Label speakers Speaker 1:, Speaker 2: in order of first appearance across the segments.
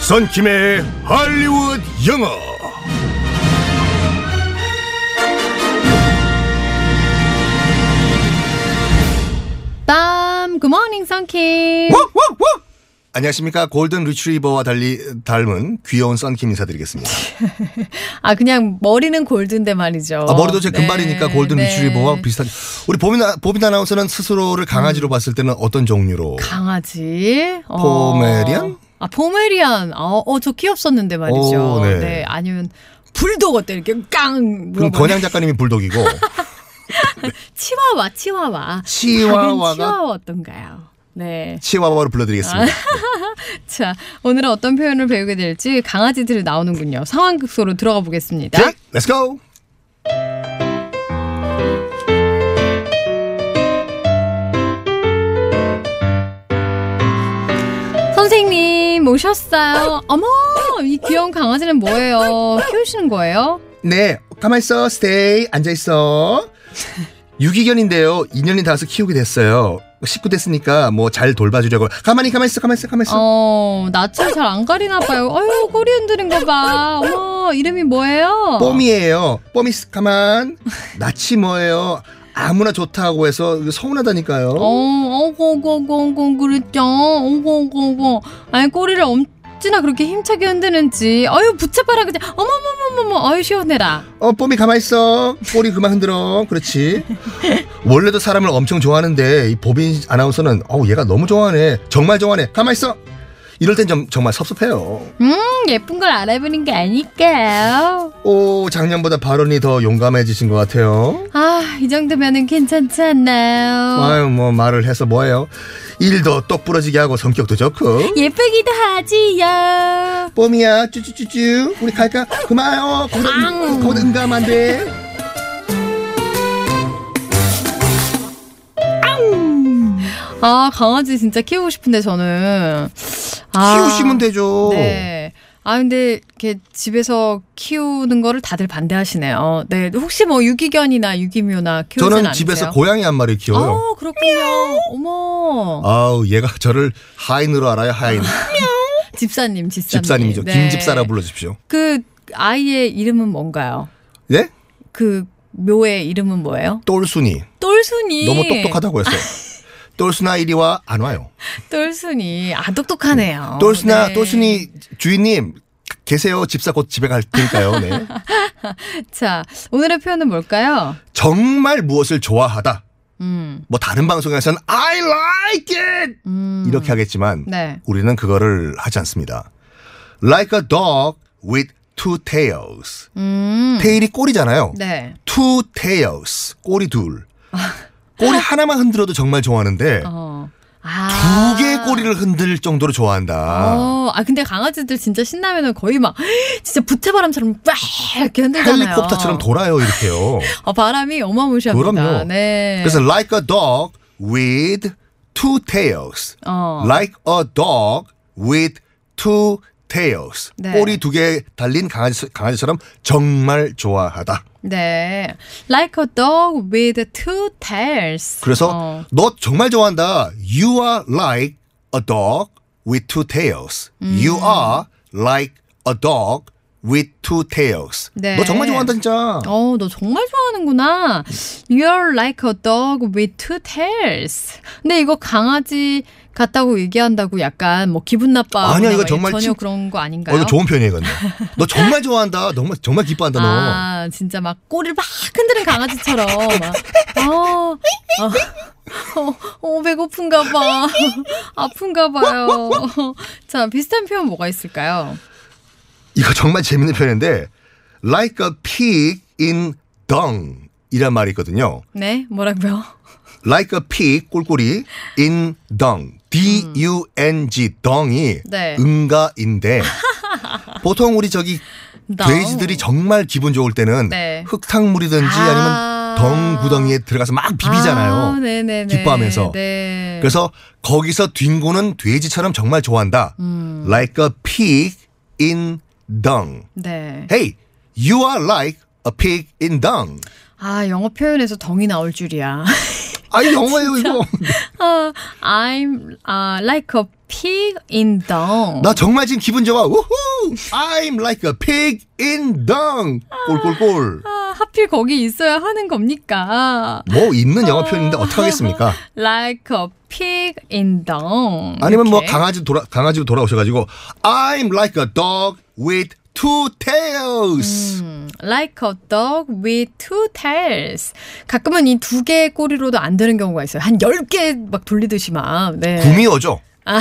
Speaker 1: 선킴의 할리우드 영어.
Speaker 2: 빰, 굿모닝 썬킴.
Speaker 1: 어? 뭐? 안녕하십니까 골든 리트리버와 달리 닮은 귀여운 썬킴 인사드리겠습니다.
Speaker 2: 아, 그냥 머리는 골든데 말이죠.
Speaker 1: 아, 머리도 제
Speaker 2: 네,
Speaker 1: 금발이니까 골든
Speaker 2: 네.
Speaker 1: 리트리버와 비슷한. 우리 보빈 아- 보빈 아나운서는 스스로를 강아지로 봤을 때는 어떤 종류로?
Speaker 2: 강아지. 어.
Speaker 1: 포메리안?
Speaker 2: 아, 포메리안. 어, 어, 저 귀엽었는데 말이죠.
Speaker 1: 오, 네.
Speaker 2: 네. 아니면 불독 어때? 이렇게 깡!
Speaker 1: 그럼
Speaker 2: 물어보는.
Speaker 1: 권양 작가님이 불독이고
Speaker 2: 치와와, 치와와. 다른
Speaker 1: 치와와가
Speaker 2: 치와와 어떤가요? 네.
Speaker 1: 치와와로 불러드리겠습니다.
Speaker 2: 자, 오늘은 어떤 표현을 배우게 될지 강아지들이 나오는군요. 상황극 속으로 들어가 보겠습니다.
Speaker 1: 오케이, 네, let's go.
Speaker 2: 선생님 오셨어요. 어머 이 귀여운 강아지는 뭐예요? 키우시는 거예요?
Speaker 1: 네, 가만 있어, 스테이, 앉아 있어. 유기견인데요, 2년이 닿아서 키우게 됐어요. 식구 됐으니까 뭐 잘 돌봐주려고. 가만히 가만 있어, 가만 있어, 가만 있어.
Speaker 2: 어 낯을 잘 안 가리나 봐요. 아유 꼬리 흔드는 거 봐. 어머 이름이 뭐예요?
Speaker 1: 뽐이에요. 뽐이 있- 가만. 낯이 뭐예요? 아무나 좋다고 해서 이거 서운하다니까요.
Speaker 2: 어 어고고고고 그랬죠. 어고고고. 아니 꼬리를 엄지나 그렇게 힘차게 흔드는지. 아유 부채바라 그지. 어머머머머머. 아유 시원해라.
Speaker 1: 어, 뽐이 가만 있어. 꼬리 그만 흔들어. 그렇지. 원래도 사람을 엄청 좋아하는데 이 보빈 아나운서는 어우 얘가 너무 좋아하네. 정말 좋아하네. 가만 있어. 이럴 땐 좀, 정말 섭섭해요.
Speaker 2: 음 예쁜 걸 알아보는 게 아닐까요?
Speaker 1: 오, 작년보다 발언이 더 용감해지신 것 같아요.
Speaker 2: 아 이 정도면은 괜찮지 않나요?
Speaker 1: 아유, 뭐 말을 해서 뭐예요. 일도 똑부러지게 하고 성격도 좋고.
Speaker 2: 예쁘기도 하지요.
Speaker 1: 뽐이야, 쭈쭈쭈쭈. 우리 갈까? 그만, 어, 거기다,
Speaker 2: 아우.
Speaker 1: 거기다 응감 안 돼.
Speaker 2: 아 강아지 진짜 키우고 싶은데 저는 아,
Speaker 1: 키우시면 되죠.
Speaker 2: 네. 아 근데 이렇게 집에서 키우는 거를 다들 반대하시네요. 네. 혹시 뭐 유기견이나 유기묘나 키우진
Speaker 1: 저는
Speaker 2: 않으세요?
Speaker 1: 집에서 고양이 한 마리 키워요.
Speaker 2: 어 그렇군요. 어머
Speaker 1: 아우, 얘가 저를 하인으로 알아요, 하인.
Speaker 2: 집사님 집사님
Speaker 1: 아, 집사님이죠.
Speaker 2: 네.
Speaker 1: 김집사라 불러주십시오.
Speaker 2: 그 아이의 이름은 뭔가요?
Speaker 1: 네?
Speaker 2: 그 묘의 이름은 뭐예요?
Speaker 1: 똘순이.
Speaker 2: 똘순이.
Speaker 1: 너무 똑똑하다고 했어요. 똘순아 이리 와, 안 와요.
Speaker 2: 똘순이. 아 똑똑하네요.
Speaker 1: 똘순아,
Speaker 2: 네.
Speaker 1: 똘순이 주인님, 계세요. 집사 곧 집에 갈 테니까요. 네.
Speaker 2: 자, 오늘의 표현은 뭘까요?
Speaker 1: 정말 무엇을 좋아하다.
Speaker 2: 음,
Speaker 1: 뭐 다른 방송에서는 I like it
Speaker 2: 음.
Speaker 1: 이렇게 하겠지만
Speaker 2: 네.
Speaker 1: 우리는 그거를 하지 않습니다. Like a dog with two tails.
Speaker 2: 음.
Speaker 1: 테일이 꼬리잖아요.
Speaker 2: 네.
Speaker 1: Two tails. 꼬리 둘. 꼬리 하나만 흔들어도 정말 좋아하는데
Speaker 2: 어. 아.
Speaker 1: 두 개의 꼬리를 흔들 정도로 좋아한다.
Speaker 2: 어, 아 근데 강아지들 진짜 신나면은 거의 막 진짜 부채바람처럼 빡 이렇게 흔들잖아요.
Speaker 1: 헬리콥터처럼 돌아요 이렇게요.
Speaker 2: 어, 바람이 어마무시합니다.
Speaker 1: 그럼요.
Speaker 2: 네.
Speaker 1: 그래서 like a dog with two tails.
Speaker 2: 어.
Speaker 1: Like a dog with two tails.
Speaker 2: 네.
Speaker 1: 꼬리 두 개 달린 강아지, 강아지처럼 정말 좋아하다.
Speaker 2: 네. Like a dog with two tails.
Speaker 1: 그래서
Speaker 2: 어.
Speaker 1: 너 정말 좋아한다. You are like a dog with two tails.
Speaker 2: 음.
Speaker 1: You are like a dog with two tails.
Speaker 2: 네.
Speaker 1: 너 정말 좋아한다 진짜.
Speaker 2: 어, 너 정말 좋아하는구나. You're like a dog with two tails. 근데 이거 강아지 같다고 얘기한다고 약간 뭐 기분 나빠.
Speaker 1: 아니야, 이거 정말
Speaker 2: 전혀
Speaker 1: 친-
Speaker 2: 그런 거
Speaker 1: 어,
Speaker 2: 아닌가요?
Speaker 1: 이거 좋은 표현이에요, 이건. 너 정말 좋아한다. 정말 정말 기뻐한다 너.
Speaker 2: 아, 진짜 막 꼬리를 막 흔드는 강아지처럼. 막, 어, 어, 어, 어, 배고픈가 봐. 아픈가 봐요. 자, 비슷한 표현 뭐가 있을까요?
Speaker 1: 이거 정말 재밌는 표현인데 like a pig in dung 이란 말이 있거든요.
Speaker 2: 네, 뭐라고요?
Speaker 1: like a pig 꿀꿀이 in dung d u n g dung이
Speaker 2: 네.
Speaker 1: 응가인데 보통 우리 저기 돼지들이 정말 기분 좋을 때는
Speaker 2: 네.
Speaker 1: 흙탕물이든지
Speaker 2: 아.
Speaker 1: 아니면 덩 구덩이에 들어가서 막 비비잖아요.
Speaker 2: 아, 네네네.
Speaker 1: 기뻐하면서.
Speaker 2: 네.
Speaker 1: 그래서 거기서 뒹구는 돼지처럼 정말 좋아한다.
Speaker 2: 음.
Speaker 1: like a pig in dung.
Speaker 2: 네.
Speaker 1: Hey, you are like a pig in dung.
Speaker 2: 아, 영어 표현에서 덩이 나올 줄이야.
Speaker 1: 아 영어예요 이거.
Speaker 2: 아, I'm 아, like a pig in dung.
Speaker 1: 나 정말 지금 기분 좋아. 우후! I'm like a pig in dung. 꼴꼴꼴.
Speaker 2: 아, 하필 거기 있어야 하는 겁니까?
Speaker 1: 뭐 있는 영어 표현인데 어떻게 하겠습니까?
Speaker 2: Like a pig in dung.
Speaker 1: 아니면 뭐
Speaker 2: 이렇게.
Speaker 1: 강아지 돌아 강아지로 돌아오셔가지고 I'm like a dog with two tails.
Speaker 2: 음, Like a dog with two tails. 가끔은 이 두 개의 꼬리로도 안 되는 경우가 있어요. 한 열 개 막 돌리듯이 막. 네.
Speaker 1: 구미호죠.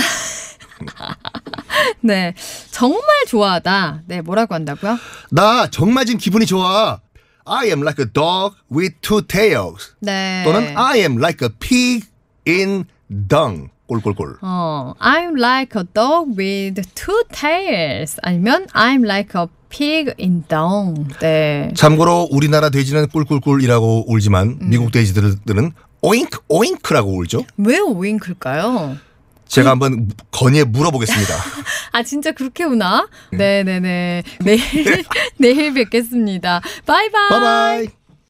Speaker 2: 네. 정말 좋아하다. 네, 뭐라고 한다고요?
Speaker 1: 나 정말 지금 기분이 좋아. I am like a dog with two tails.
Speaker 2: 네.
Speaker 1: 또는 아- I am like a pig in dung. 꼴꼴꼴.
Speaker 2: 어, I'm like a dog with two tails. 아니면 I'm like a pig in dung. 네.
Speaker 1: 참고로 우리나라 돼지는 꿀꿀꿀이라고 울지만
Speaker 2: 음.
Speaker 1: 미국 돼지들은 오잉크 오잉크라고 울죠.
Speaker 2: 왜 오잉클까요? 음.
Speaker 1: 제가 한번 건의에 물어보겠습니다.
Speaker 2: 아, 진짜 그렇게 네. 우나? 네네네. 내일, 내일 뵙겠습니다. 바이바이.
Speaker 1: 바이바이.